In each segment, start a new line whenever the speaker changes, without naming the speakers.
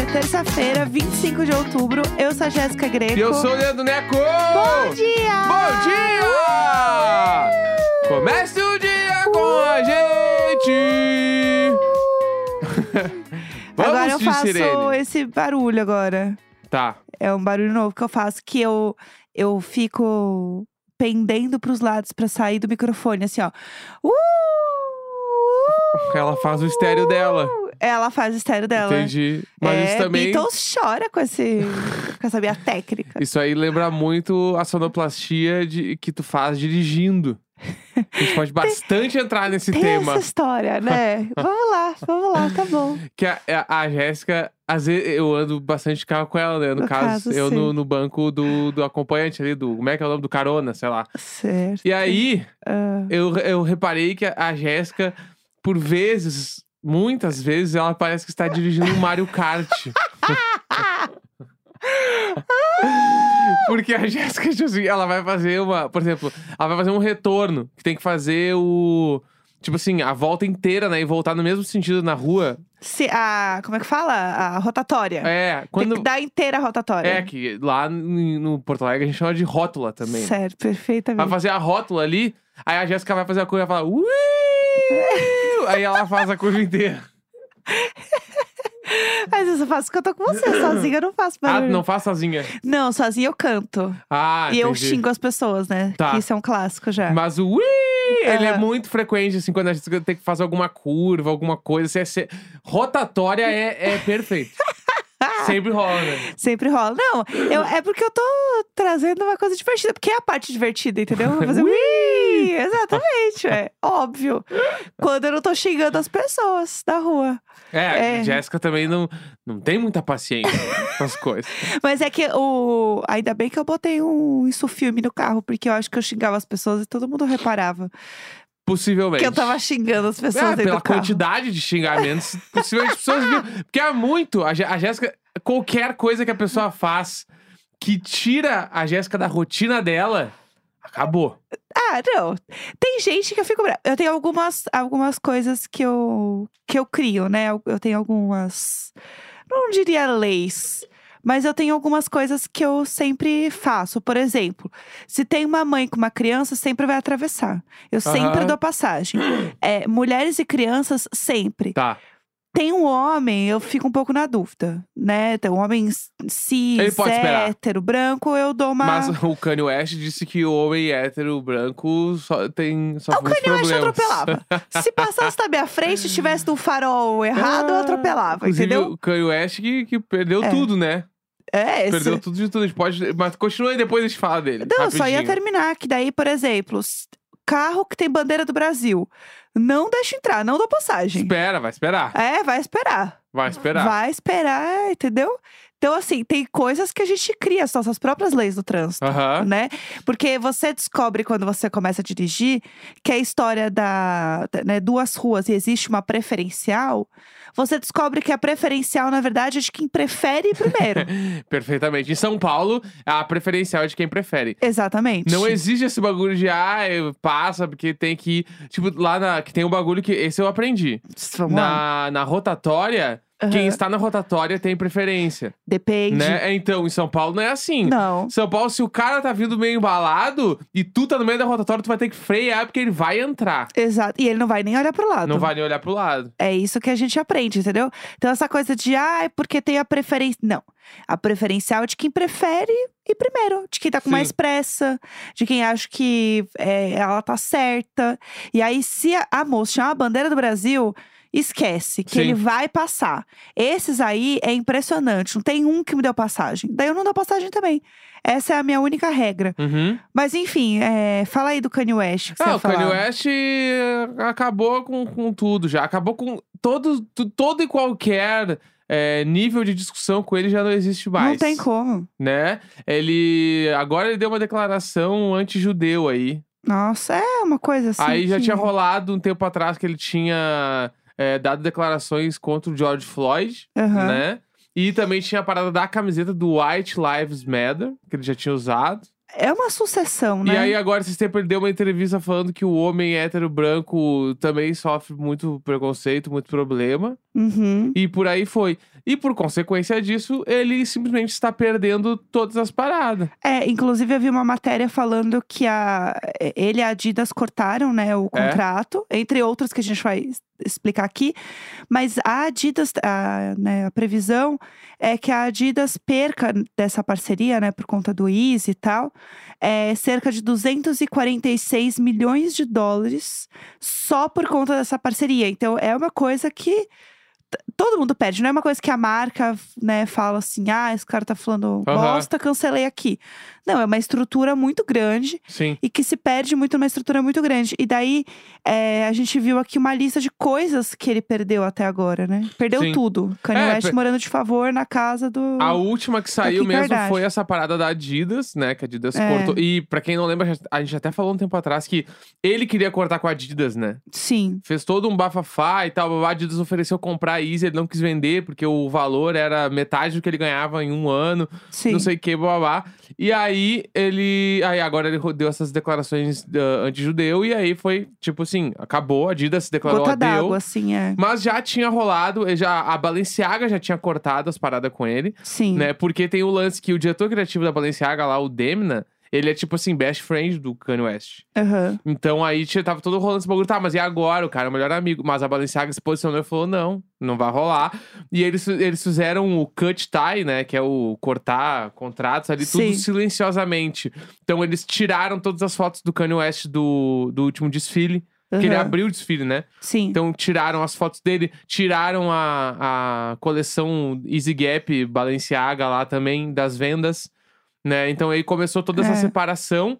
é terça-feira, 25 de outubro. Eu sou a Jéssica Greco.
E eu sou o Leandro Neco!
Bom dia! Uh!
Bom dia! Comece o dia com a gente! Vamos
agora eu
de
faço
sirene.
esse barulho agora.
Tá.
É um barulho novo que eu faço, que eu, eu fico pendendo pros lados pra sair do microfone, assim, ó. Uh!
Ela faz o estéreo dela.
Ela faz o estéreo dela.
Entendi. Mas
é,
isso também.
Beatles chora com, esse, com essa minha técnica.
Isso aí lembra muito a sonoplastia de, que tu faz dirigindo. A gente pode bastante entrar nesse
Tem
tema.
essa história, né? vamos lá, vamos lá, tá bom.
Que a, é, a- a Jéssica, às vezes eu ando bastante de carro com ela, né? No,
No
caso,
caso,
eu no,
sim.
no banco do, do acompanhante ali, do. Como é que é o nome do carona, sei lá.
Certo.
E aí,
Ah.
eu, eu reparei que a, a Jéssica, por vezes, muitas vezes, ela parece que está dirigindo um Mario Kart. Porque a Jéssica, tipo assim, ela vai fazer uma. Por exemplo, ela vai fazer um retorno, que tem que fazer o. Tipo assim, a volta inteira, né? E voltar no mesmo sentido na rua.
Se, a, como é que fala? A rotatória.
É,
Tem
quando.
que dar inteira a rotatória.
É, que lá n- no Porto Alegre a gente chama de rótula também. né?
Certo,
Vai
perfeitamente.
fazer a rótula ali, aí a Jéssica vai fazer a curva e fala. Ui! aí ela faz a curva inteira.
Mas eu só faço quando eu tô com você. Sozinha eu não faço
Ah,
barulho.
não faz sozinha.
Não, sozinha eu canto.
Ah,
e eu
entendi.
xingo as pessoas, né?
Tá.
Que isso é um clássico já.
Mas o ui, ele é
Aham.
muito frequente, assim, quando a gente tem que fazer alguma curva, alguma coisa. Assim, é se- Rotatória é, é perfeito. Sempre rola, né?
Sempre rola. Não, eu- é porque eu tô trazendo uma coisa divertida. Porque é a parte divertida, entendeu? Eu Vou fazer ui! Exatamente, é óbvio. Quando eu não tô xingando as pessoas da rua.
É,
É.
Jéssica também não, não tem muita paciência com as coisas.
Mas é que o. Ainda bem que eu botei um isso filme no carro, porque eu acho que eu xingava as pessoas e todo mundo reparava.
Possivelmente.
Que eu tava xingando as pessoas
É,
dentro
pela
do carro.
quantidade de xingamentos, possivelmente as pessoas viram. Porque é muito. A Jé- a Jéssica, qualquer coisa que a pessoa faz que tira a Jéssica da rotina dela, acabou.
Ah, não. Tem gente que eu fico brava. Eu tenho algumas, algumas coisas que eu, que eu crio, né? Eu, eu tenho algumas. Não diria leis. Mas eu tenho algumas coisas que eu sempre faço. Por exemplo, se tem uma mãe com uma criança, sempre vai atravessar. Eu sempre
Aham.
dou passagem. É, mulheres e crianças, sempre.
Tá.
Tem um homem, eu fico um pouco na dúvida, né? Tem um homem
Ele
cis,
pode esperar.
hétero, branco, eu dou uma.
Mas o Kanye West disse que o homem hétero branco só tem. Só
Ah, o
tem uns
Kanye West
problemas.
atropelava. Se passasse na minha frente e tivesse no farol errado, eu
Ah,
atropelava,
Inclusive,
entendeu?
o Kanye West que, que perdeu
É.
tudo, né?
É, esse.
Perdeu tudo de tudo. A gente pode. Mas continua aí, depois a gente fala dele.
Não, eu só ia
rapidinho.
terminar. Que daí, por exemplo, s- carro que tem bandeira do Brasil. Não deixa entrar, não dou passagem.
Espera, vai esperar.
É, vai esperar.
Vai esperar.
Vai esperar, entendeu? Então, assim, tem coisas que a gente cria, as nossas próprias leis do trânsito.
Aham.
né? Porque você descobre quando você começa a dirigir que a história da da- né, duas ruas e existe uma preferencial. Você descobre que a preferencial, na verdade, é de quem prefere ir primeiro.
Perfeitamente. Em São Paulo, a preferencial é de quem prefere.
Exatamente.
Não existe esse bagulho de, ah, eu- passa porque tem que ir. Tipo, lá na. Que tem um bagulho que. Esse eu aprendi.
Vamos lá.
Na, na rotatória,
Aham.
quem está na rotatória tem preferência.
Depende.
Né? Então, em São Paulo não é assim.
Não.
São Paulo, se o cara tá vindo meio embalado e tu tá no meio da rotatória, tu vai ter que frear porque ele vai entrar.
Exato. E ele não vai nem olhar pro lado.
Não vai nem olhar pro lado.
É isso que a gente aprende, entendeu? Então, essa coisa de, ah, é porque tem a preferência. Não. A preferencial é de quem prefere ir primeiro, de quem tá com
Sim.
mais pressa, de quem acha que é, ela tá certa. E aí, se a, a moça chama a bandeira do Brasil, esquece que
Sim.
ele vai passar. Esses aí é impressionante. Não tem um que me deu passagem. Daí eu não dou passagem também. Essa é a minha única regra.
Uhum.
Mas enfim, é, fala aí do Kanye West. Que você
Ah,
ia
o Kanye
falar.
West eh, acabou com, com tudo já. Acabou com todo, tu- todo e qualquer eh, nível de discussão com ele já não existe é mais.
Não tem como.
Né? Ele. Agora ele deu uma declaração anti-judeu aí.
Nossa, é uma coisa assim.
Aí já
que-
tinha rolado um tempo atrás que ele tinha eh, dado declarações contra o George Floyd.
Aham.
né? E também tinha a parada da camiseta do White Lives Matter, que ele já tinha usado.
É uma sucessão, né?
E aí, agora, esse tempo, ele deu uma entrevista falando que o homem hétero branco também sofre muito preconceito, muito problema,
Uhum.
E por aí foi. E por consequência disso, ele simplesmente está perdendo todas as paradas.
É, inclusive eu vi uma matéria falando que a, ele e a Adidas cortaram, né, o
É.
contrato, entre outros que a gente vai es- explicar aqui. Mas a Adidas, a, né, a previsão é que a Adidas perca dessa parceria, né, por conta do Easy e tal, é, cerca de 246 milhões de dólares só por conta dessa parceria. Então é uma coisa que t- todo mundo perde. Não é uma coisa que a marca, né, fala assim, ah, esse cara tá falando
Aham.
bosta, cancelei aqui. Não, é uma estrutura muito grande
Sim.
e que se perde muito numa estrutura muito grande. E daí, é, a gente viu aqui uma lista de coisas que ele perdeu até agora, né? Perdeu
Sim.
tudo. Kanye
É,
West
pe-
morando de favor na casa do...
A última que saiu
Kim
mesmo
Kardashian.
foi essa parada da Adidas, né? Que a Adidas
É.
cortou. E pra quem não lembra, a gente até falou um tempo atrás que ele queria cortar com a Adidas, né?
Sim.
Fez todo um bafafá e tal. A Adidas ofereceu comprar a Easy, ele não quis vender porque o valor era metade do que ele ganhava em um ano.
Sim.
não sei o que, babá. E aí ele. Aí agora ele deu essas declarações ah, anti-judeu, e aí foi tipo assim: acabou, a Adidas se declarou
Gota
adeu.
d'água, assim, é.
Mas já tinha rolado, eh, já, a Balenciaga já tinha cortado as paradas com ele,
Sim.
né? Porque tem o lance que o diretor criativo da Balenciaga lá, o Demna, ele é tipo assim, best friend do Kanye West.
Aham.
Então aí tinha, tava todo rolando esse bagulho, tá, mas e agora? O cara é o melhor amigo. Mas a Balenciaga se posicionou e falou: não, não vai rolar. E eles, fi- eles fizeram o cut tie, né? Que é o cortar contratos ali,
Sim.
tudo silenciosamente. Então eles tiraram todas as fotos do Kanye West do, do último desfile. Que ele
aham.
abriu o desfile, né?
Sim.
Então tiraram as fotos dele, tiraram a, a coleção Easy Gap Balenciaga lá também, das vendas, né? Então aí começou toda essa
É.
separação.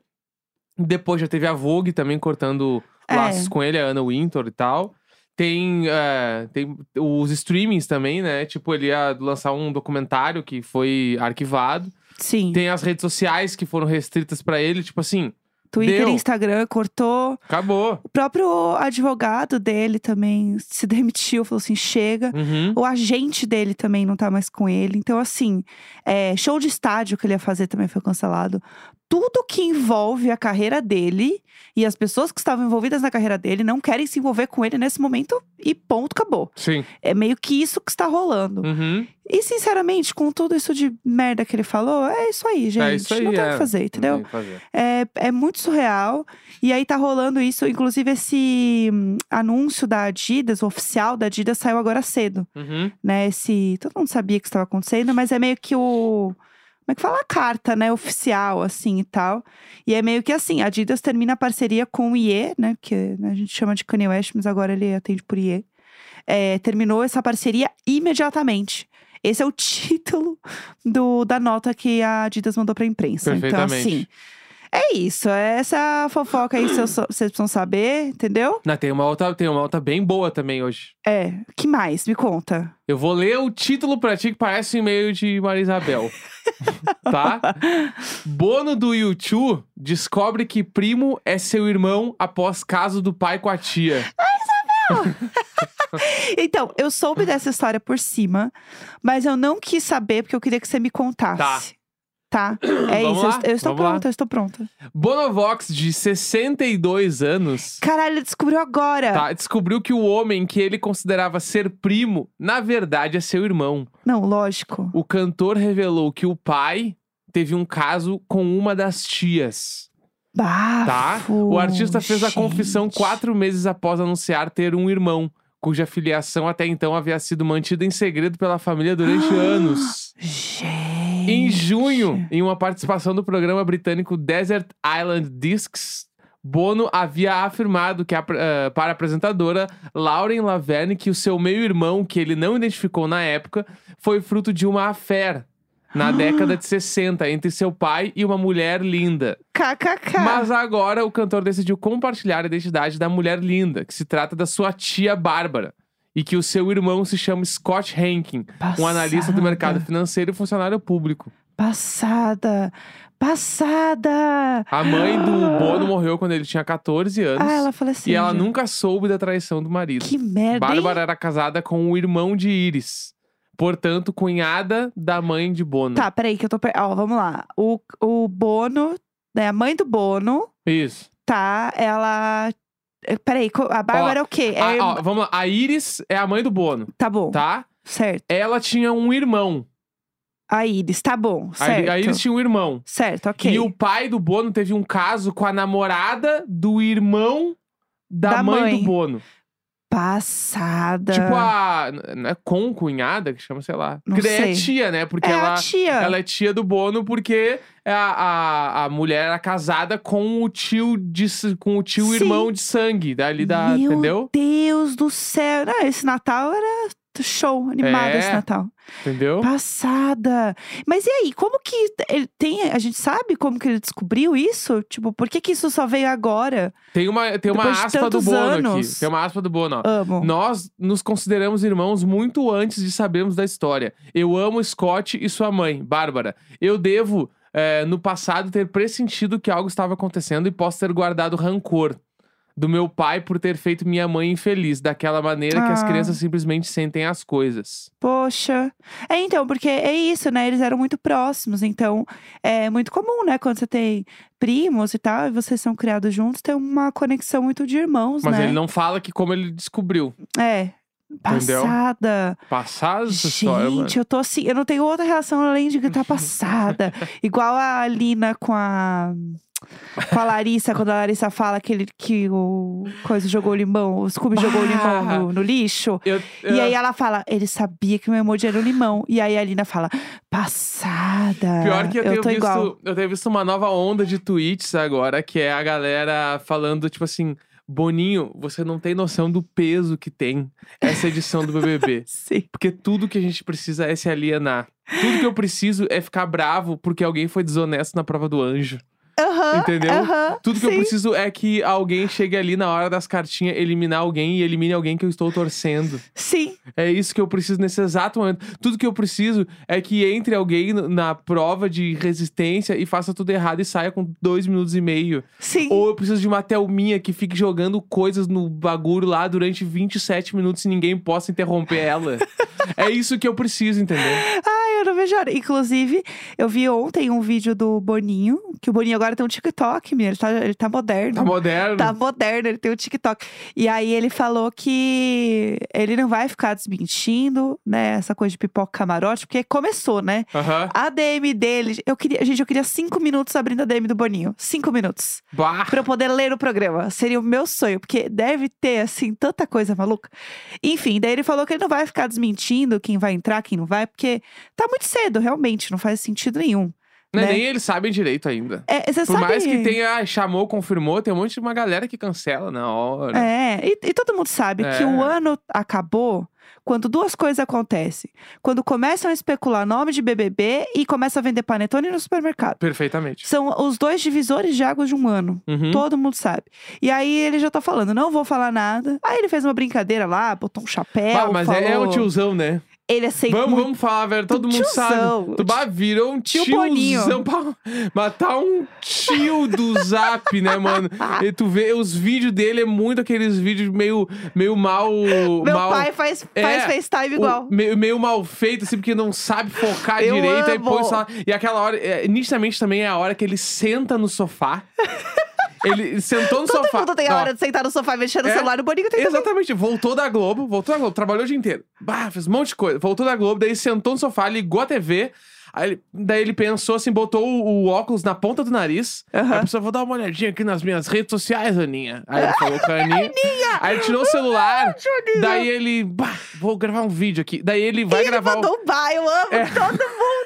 Depois já teve a Vogue também cortando
É.
laços com ele, a Anna Wintour e tal. Tem, é, tem os streamings também, né? Tipo, ele ia lançar um documentário que foi arquivado.
Sim.
Tem as redes sociais que foram restritas pra ele. Tipo assim,
Twitter,
deu.
Instagram, cortou.
acabou.
O próprio advogado dele também se demitiu, falou assim, chega.
Uhum.
O agente dele também não tá mais com ele. Então, assim, é, show de estádio que ele ia fazer também foi cancelado. Tudo que envolve a carreira dele e as pessoas que estavam envolvidas na carreira dele não querem se envolver com ele nesse momento e ponto, acabou.
Sim.
É meio que isso que está rolando.
Uhum.
E, sinceramente, com tudo isso de merda que ele falou, é isso aí, gente.
É isso aí,
não tem o
é.
que fazer, entendeu?
Não tem o que fazer.
É, é muito surreal. E aí tá rolando isso. Inclusive, esse hum, anúncio da Adidas, o oficial da Adidas, saiu agora cedo
Uhum.
né? Esse, todo mundo sabia que estava acontecendo, mas é meio que o como é que fala a carta, né, oficial assim e tal. E é meio que assim, a Adidas termina a parceria com o IE, né, que a gente chama de Kanye West, mas agora ele atende por IE. É, terminou essa parceria imediatamente. Esse é o título do, da nota que a Adidas mandou pra imprensa. Então,
Perfeitamente.
assim, é isso. É essa fofoca aí, vocês vocês precisam saber, entendeu?
Não, tem uma outra, tem uma outra bem boa também hoje.
É. que mais? Me conta.
Eu vou ler o título pra ti que parece um e-mail de Maria Isabel. tá? Bono do YouTube descobre que primo é seu irmão após caso do pai com a tia.
Então, eu soube dessa história por cima, mas eu não quis saber porque eu queria que você me contasse. Tá.
Vamos
É isso. eu
lá,
est- Eu, estou
vamos lá.
pronta, eu estou pronta.
Bonovox, de 62 anos,
Caralho, ele descobriu agora.
tá, descobriu que o homem que ele considerava ser primo, na verdade, é seu irmão.
Não, lógico.
O cantor revelou que o pai teve um caso com uma das tias. Tá?
Bafo.
O artista fez a
gente.
confissão quatro meses após anunciar ter um irmão, cuja filiação até então havia sido mantida em segredo pela família durante
Ah.
anos.
Gente.
Em junho, em uma participação do programa britânico Desert Island Discs, Bono havia afirmado que a, eh, para a apresentadora Lauren Laverne que o seu meio-irmão, que ele não identificou na época, foi fruto de uma affair na
Ah.
década de 60 entre seu pai e uma mulher linda.
KKK.
Mas agora o cantor decidiu compartilhar a identidade da mulher linda, que se trata da sua tia Bárbara. E que o seu irmão se chama Scott Hankin, um analista do
Passada.
mercado financeiro e funcionário público.
Passada. Passada.
A mãe do Bono morreu quando ele tinha 14 anos.
Ah, ela faleceu.
e ela
gente.
nunca soube da traição do marido.
Que merda. hein?
Bárbara era casada com o irmão de Iris. Portanto, cunhada da mãe de Bono.
Tá, peraí, que eu tô. per- Ó, vamos lá. O, o Bono, né? A mãe do Bono
Isso.
tá? Ela eh, Peraí, co- a Bárbara é o quê? É,
Ah, ó, vamos lá. A Iris é a mãe do Bono,
tá bom,
tá?
certo.
Ela tinha um irmão.
A Iris, tá bom,
A Iris-
certo.
A Iris tinha um irmão.
Certo, ok.
E o pai do Bono teve um caso com a namorada do irmão da,
Da
mãe, do
mãe.
Bono.
Passada.
Tipo a. Não é concunhada que chama, sei lá.
Não
Porque daí é
sei.
tia, né? Porque
é
ela,
a tia.
ela é tia do Bono porque é a, a, a mulher era casada com o tio de, s- com o tio
Sim.
irmão de sangue. Dali é da.
Meu
Entendeu?
Deus do céu. Não, esse Natal era show, animado
É.
esse Natal.
Entendeu?
Passada. Mas e aí, como que ele tem. A gente sabe como que ele descobriu isso? Tipo, por que, que isso só veio agora?
Tem uma, tem uma
Depois de
aspa do
tantos
Bono aqui.
anos.
Tem uma aspa do Bono, ó.
Amo.
Nós nos consideramos irmãos muito antes de sabermos da história. Eu amo Scott e sua mãe, Bárbara. Eu devo, eh, no passado, ter pressentido que algo estava acontecendo e posso ter guardado rancor do meu pai por ter feito minha mãe infeliz, daquela maneira que as
Ah.
crianças simplesmente sentem as coisas.
Poxa. É, então, porque é isso, né? Eles eram muito próximos. Então, é muito comum, né? Quando você tem primos e tal, e vocês são criados juntos, tem uma conexão muito de irmãos,
Mas
né?
ele não fala que como ele descobriu.
É. Passada.
Passar essa história, mano.
Gente, eu tô assim, eu não tenho outra relação além de gritar passada. Igual a Lina com a. Com a Larissa, quando a Larissa fala que, ele, que o coisa jogou limão, o Scooby jogou
Bah!
limão no, no lixo.
Eu-
E
eu-
aí ela fala, ele sabia que o meu emoji era um limão. E aí a Lina fala, passada.
Pior que eu, tenho
É, tô
visto,
igual.
eu tenho visto uma nova onda de tweets agora, que é a galera falando, tipo assim, Boninho, você não tem noção do peso que tem essa edição do BBB.
Sim.
Porque tudo que a gente precisa é se alienar. Tudo que eu preciso é ficar bravo porque alguém foi desonesto na prova do anjo.
Aham,
Entendeu?
aham,
Tudo que eu
sim.
preciso é que alguém chegue ali na hora das cartinhas, eliminar alguém e elimine alguém que eu estou torcendo.
Sim,
É isso que eu preciso nesse exato momento. Tudo que eu preciso é que entre alguém no- na prova de resistência e faça tudo errado e saia com dois minutos e meio.
sim.
Ou eu preciso de uma Thelminha que fique jogando coisas no bagulho lá durante 27 minutos e ninguém possa interromper ela. é isso que eu preciso, entendeu?
Eu não vejo a hora. Inclusive, eu vi ontem um vídeo do Boninho, que o Boninho agora tem um TikTok, menino. Ele tá, ele tá moderno.
Tá moderno.
Tá moderno, ele tem o TikTok. E aí ele falou que ele não vai ficar desmentindo, né? Essa coisa de pipoca e camarote, porque começou, né?
Aham.
A DM dele. Eu queria, gente, eu queria cinco minutos abrindo a DM do Boninho. Cinco minutos.
Bah.
Pra eu poder ler o programa. Seria o meu sonho, porque deve ter, assim, tanta coisa maluca. Enfim, daí ele falou que ele não vai ficar desmentindo quem vai entrar, quem não vai, porque tá muito cedo, realmente, não faz sentido nenhum.
Né,
né?
Nem eles sabem direito ainda.
É, você
Por
sabe...
mais que tenha, ah, chamou, confirmou, tem um monte de uma galera que cancela na hora.
É, e, e todo mundo sabe
né? É.
que o ano acabou quando duas coisas acontecem. Quando começam a especular nome de BBB e começam a vender panetone no supermercado.
Perfeitamente.
São os dois divisores de águas de um ano.
Uhum.
Todo mundo sabe. E aí ele já tá falando, não vou falar nada. Aí ele fez uma brincadeira lá, botou um chapéu.
Bah, mas é-
falou...
é o tiozão, né?
Ele é sem
Vamos,
muito
vamos falar, velho. Todo mundo sabe.
tiozão.
Tu bah, virou um
Tio
tiozão
Boninho.
pra matar um tio do zap, né, mano? E tu vê os vídeos dele, é muito aqueles vídeos meio, meio mal.
Meu
mal
pai faz,
É,
faz FaceTime igual.
o- meio, meio mal feito, assim, porque não sabe focar
Eu
direito. Aí
amo.
põe só, e aquela hora, é, nitidamente também é a hora que ele senta no sofá. ele sentou no
Todo
sofá.
mundo tem a
Não,
hora de sentar no sofá e mexer no
É,
celular. O Boninho tem também.
Exatamente, voltou da Globo, voltou da Globo, trabalhou o dia inteiro. Bah, fez um monte de coisa. Voltou da Globo, daí sentou no sofá, ligou a TV. Aí, ele- daí ele pensou assim, botou o, o óculos na ponta do nariz.
Aham.
Aí a pessoa, vou dar uma olhadinha aqui nas minhas redes sociais, Aninha. Aí ele falou com a Aninha. Aí ele tirou o celular.
Aninha!
daí ele, bah, vou gravar um vídeo aqui. Daí ele vai
E ele
gravar o...
mandou um bar, eu amo
É,
todo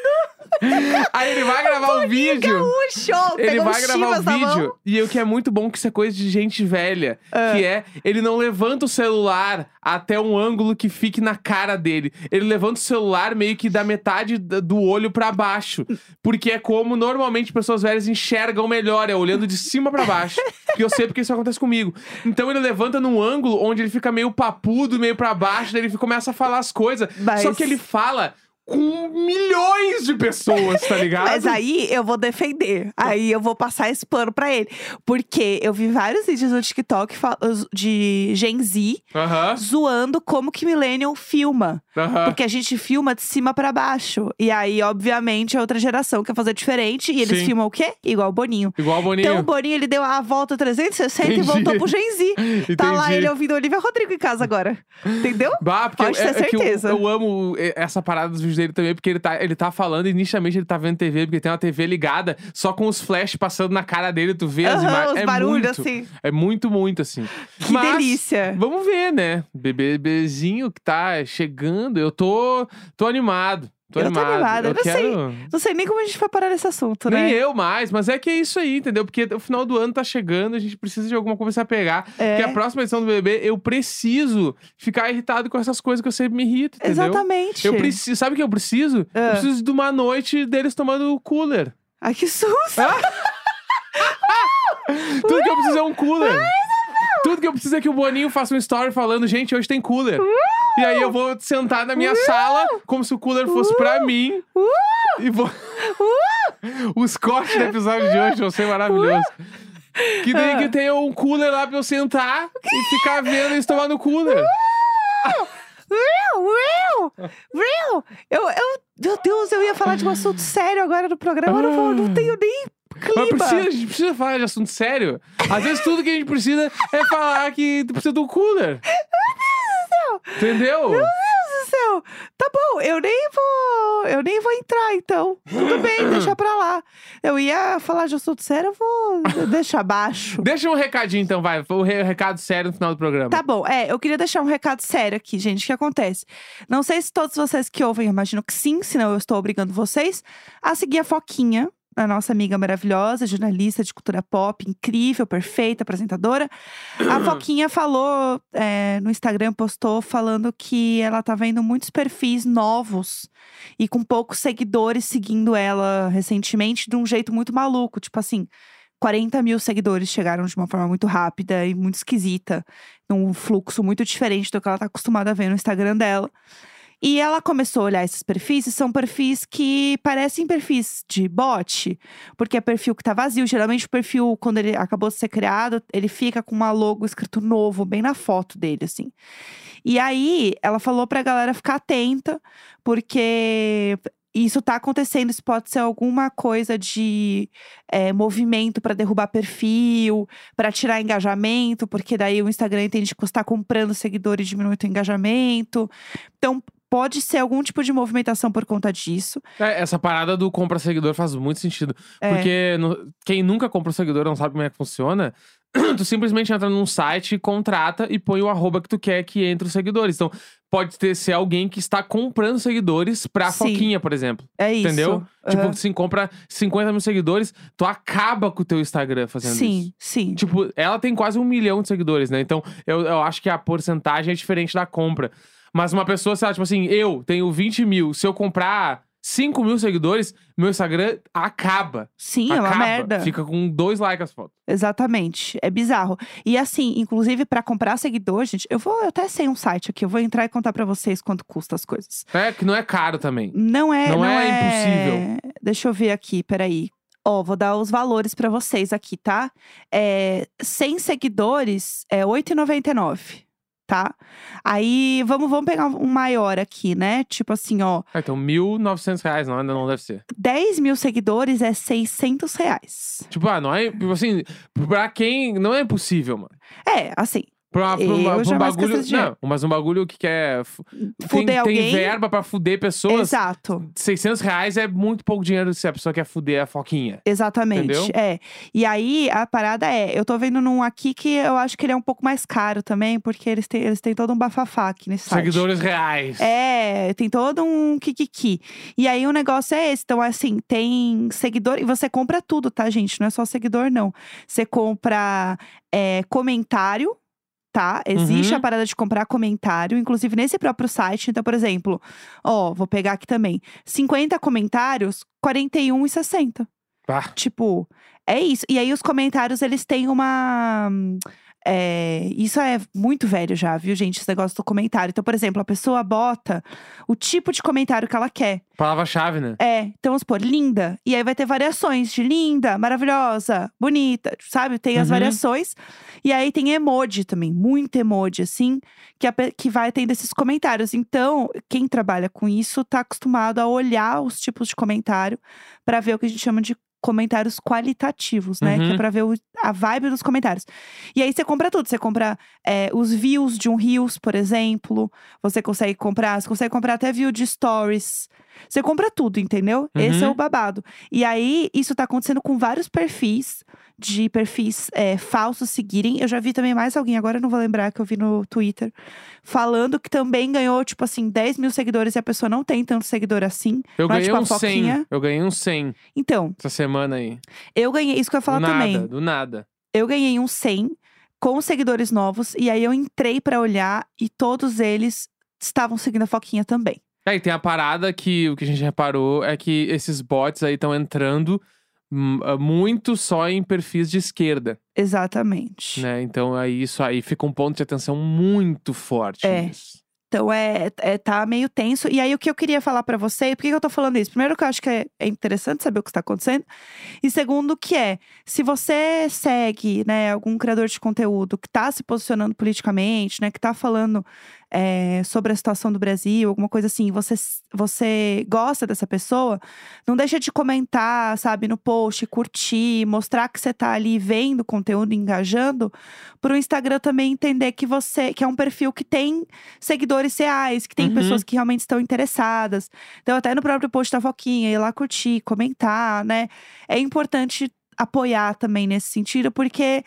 Aí ele vai gravar o vídeo.
gaúcho.
Ele
Pegou
vai
um
gravar
Chivas na
o
mão. Ah.
vídeo. E o que é muito bom que isso é coisa de gente velha. Que é, ele não levanta o celular até um ângulo que fique na cara dele. Ele levanta o celular meio que da metade d- do olho pra baixo. Porque é como normalmente pessoas velhas enxergam melhor, é olhando de cima pra baixo. Que eu sei porque isso acontece comigo. Então ele levanta num ângulo onde ele fica meio papudo, meio pra baixo, daí ele fica- começa a falar as coisas.
Mas-
Só que ele fala com milhões de pessoas, tá ligado?
Mas aí eu vou defender. Aí eu vou passar esse pano pra ele. Porque eu vi vários vídeos no TikTok fal- de Gen Z
Aham,
zoando como que Millennium filma.
aham.
Porque a gente filma de cima pra baixo. E aí, obviamente, a outra geração quer fazer diferente. E eles
Sim.
filmam o quê? Igual o Boninho.
Igual o Boninho.
Então o Boninho, ele deu a volta 360 e
Entendi.
voltou pro Gen Z.
Entendi.
Tá lá ele ouvindo Olivia Rodrigo em casa agora. Entendeu?
Bah, porque
Pode
eu- é, é
ter
que eu-
certeza.
eu, amo eh, essa parada dos vídeos dele também, porque ele tá, ele tá falando e nitidamente ele tá vendo TV, porque tem uma TV ligada, só com os flash passando na cara dele, tu vê as
Aham,
imagens.
os
é
barulhos,
muito,
assim.
É muito, muito assim.
Que
Mas,
delícia.
Vamos ver, né? Bebezinho que tá chegando. Eu tô, tô animado. Tô
Eu tô
animado.
animada,
Eu
eu não sei,
quero...
Não sei nem como a gente vai parar nesse assunto, né?
Nem eu mais, mas é que é isso aí, entendeu? Porque o final do ano tá chegando, a gente precisa de alguma coisa a pegar.
É.
Porque a próxima edição do bebê, eu preciso ficar irritado com essas coisas que eu sempre me irrito, entendeu?
Exatamente.
Eu preciso, sabe o que eu preciso? Eu
Ah.
preciso de uma noite deles tomando cooler.
Ai, que susto!
Tudo que eu preciso é um cooler. Tudo que eu preciso é que o Boninho faça um story falando, gente, hoje tem cooler. E aí eu vou sentar na minha sala, como se o cooler fosse pra mim. E vou... Os cortes do episódio de hoje vão ser maravilhosos. Que daí
Ah.
que tenha um cooler lá pra eu sentar e ficar vendo eles tomar no cooler.
Real, real, real! Eu, eu, meu Deus, eu ia falar de um assunto sério agora no programa, eu não, vou- não tenho nem
Ah. Mas
clima.
precisa, a gente precisa falar de assunto sério. Às vezes tudo que a gente precisa é falar que tu precisa de um cooler. Entendeu?
Deus do céu! Tá bom, eu nem vou. Eu nem vou entrar, então. Tudo bem, deixa pra lá. Eu ia falar de assunto sério, eu vou deixar abaixo.
Deixa um recadinho então, vai. O re- recado sério no final do programa.
Tá bom, é, eu queria deixar um recado sério aqui, gente, o que acontece. Não sei se todos vocês que ouvem, eu imagino que sim, senão eu estou obrigando vocês a seguir a Foquinha, a nossa amiga maravilhosa, jornalista de cultura pop, incrível, perfeita, apresentadora. A Foquinha falou é, no Instagram, postou falando que ela tá vendo muitos perfis novos e com poucos seguidores seguindo ela recentemente de um jeito muito maluco, tipo assim. 40 mil seguidores chegaram de uma forma muito rápida e muito esquisita num fluxo muito diferente do que ela tá acostumada a ver no Instagram dela. E ela começou a olhar esses perfis, e são perfis que parecem perfis de bot, porque é perfil que tá vazio. Geralmente, o perfil, quando ele acabou de ser criado, ele fica com uma logo escrito novo, bem na foto dele, assim. E aí, ela falou pra galera ficar atenta, porque isso tá acontecendo. Isso pode ser alguma coisa de eh, movimento pra derrubar perfil, Pra tirar engajamento, porque daí o Instagram entende que você tá comprando seguidores e diminui o engajamento. Então, pode ser algum tipo de movimentação por conta disso.
É, essa parada do compra seguidor faz muito sentido.
É.
Porque no- quem nunca comprou seguidor não sabe como é que funciona. Tu simplesmente entra num site, contrata e põe o arroba que tu quer que entre os seguidores. Então, pode ter, ser alguém que está comprando seguidores pra
Sim.
Foquinha, por exemplo.
É isso.
Entendeu? Tipo,
Aham.
tu se compra 50 mil seguidores, tu acaba com o teu Instagram fazendo isso.
sim, sim.
Tipo, ela tem quase um milhão de seguidores, né? Então, eu, eu acho que a porcentagem é diferente da compra. Mas uma pessoa, sei lá, tipo assim, eu tenho 20 mil, se eu comprar 5 mil seguidores, meu Instagram acaba.
Sim, é
acaba.
uma merda.
Fica com dois likes as fotos.
Exatamente. É bizarro. E assim, inclusive, pra comprar seguidor, gente, eu vou eu até sem um site aqui, eu vou entrar e contar pra vocês quanto custa as coisas.
É, que não é caro também.
Não é.
Não
Não,
é
impossível. Deixa eu ver aqui, peraí. Ó, vou dar os valores pra vocês aqui, tá? É, 100 seguidores é 8,99, tá? Aí, vamos, vamos pegar um maior aqui, né? Tipo assim, ó,
Ah, então, 1.900 reais, não, ainda não deve ser.
10 mil seguidores é 600 reais.
Tipo, ah, não é. Tipo assim, pra quem. Não é impossível, mano.
É, assim,
Pra, uma- pra uma-
Eu
pra um
jamais gasto
bagulho.
esse dinheiro.
Não, mas um bagulho que quer. fu-
fuder
tem,
alguém...
tem verba pra fuder pessoas.
Exato.
600 reais é muito pouco dinheiro se a pessoa quer fuder a foquinha.
Exatamente,
Entendeu?
é. E aí, a parada é, eu tô vendo num aqui que eu acho que ele é um pouco mais caro também, porque eles têm, eles têm todo um bafafá aqui nesse site.
Seguidores reais.
É, tem todo um kikiki. E aí o negócio é esse. Então, assim, tem seguidor. E você compra tudo, tá, gente? Não é só seguidor, não. Você compra é, comentário, tá? Existe
Uhum.
a parada de comprar comentário, inclusive nesse próprio site. Então, por exemplo, ó, vou pegar aqui também: 50 comentários, 41 e 60.
Pá.
Tipo, é isso. E aí os comentários, eles têm uma. hum, É, isso é muito velho já, viu, gente? Esse negócio do comentário. Então, por exemplo, a pessoa bota o tipo de comentário que ela quer.
Palavra-chave, né?
É, então vamos supor, linda. E aí vai ter variações de linda, maravilhosa, bonita, sabe? Tem as
Uhum.
variações. E aí tem emoji também, muito emoji, assim, que, a pe- que vai tendo esses comentários. Então, quem trabalha com isso tá acostumado a olhar os tipos de comentário pra ver o que a gente chama de comentários qualitativos, né? Que
Uhum.
é pra ver o- a vibe dos comentários. E aí você compra tudo. Você compra é, os views de um Reels, por exemplo. Você consegue comprar, você consegue comprar até view de stories. Você compra tudo, entendeu? Esse é
Uhum.
o babado. E aí, isso tá acontecendo com vários perfis de perfis é, falsos seguirem. Eu já vi também mais alguém, agora eu não vou lembrar, que eu vi no Twitter, falando que também ganhou, tipo assim, 10 mil seguidores e a pessoa não tem tanto seguidor assim.
Eu
Não é
ganhei
tipo a
um 100.
foquinha?
Eu ganhei um 100
Então,
essa semana aí.
eu ganhei, isso que eu ia falar
do nada,
também.
do nada.
eu ganhei um 100 com seguidores novos e aí eu entrei pra olhar e todos eles estavam seguindo a Foquinha também.
Aí É, tem a parada que o que a gente reparou é que esses bots aí estão entrando hum, ah, muito só em perfis de esquerda,
Exatamente.
né? Então aí isso aí fica um ponto de atenção muito forte.
É.
nisso.
Então é, é- tá meio tenso. E aí o que eu queria falar pra você, por que que eu tô falando isso? Primeiro que eu acho que é, é interessante saber o que está acontecendo. E segundo que é, se você segue, né, algum criador de conteúdo que tá se posicionando politicamente, né, que tá falando é, sobre a situação do Brasil, alguma coisa assim, e você s- você gosta dessa pessoa, não deixa de comentar, sabe, no post, curtir, mostrar que você tá ali vendo o conteúdo, engajando, pro Instagram também entender que você que é um perfil que tem seguidores reais, que tem
Uhum.
pessoas que realmente estão interessadas. Então, até no próprio post da Foquinha, ir lá curtir, comentar, né? É importante apoiar também nesse sentido, porque.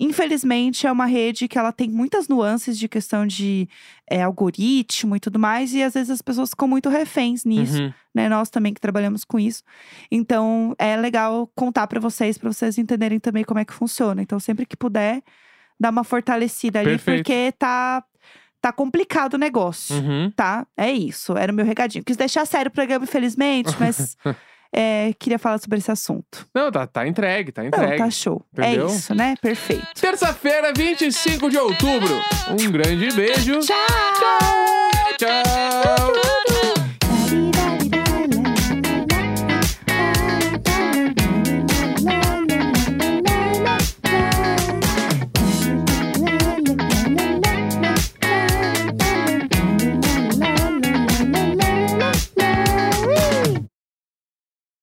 Infelizmente, é uma rede que ela tem muitas nuances de questão de é, algoritmo e tudo mais, e às vezes as pessoas ficam muito reféns nisso
Uhum.
né? Nós também que trabalhamos com isso. Então, é legal contar pra vocês, pra vocês entenderem também como é que funciona. Então, sempre que puder, dá uma fortalecida ali,
Perfeito.
porque tá tá complicado o negócio,
Uhum.
tá? É isso, era o meu recadinho. Quis deixar sério o programa, infelizmente, mas é, queria falar sobre esse assunto.
Não, tá, tá entregue, tá
Não,
entregue.
tá show.
Entendeu?
É isso, né? Perfeito.
Terça-feira, 25 de outubro. Um grande beijo.
Tchau!
Tchau.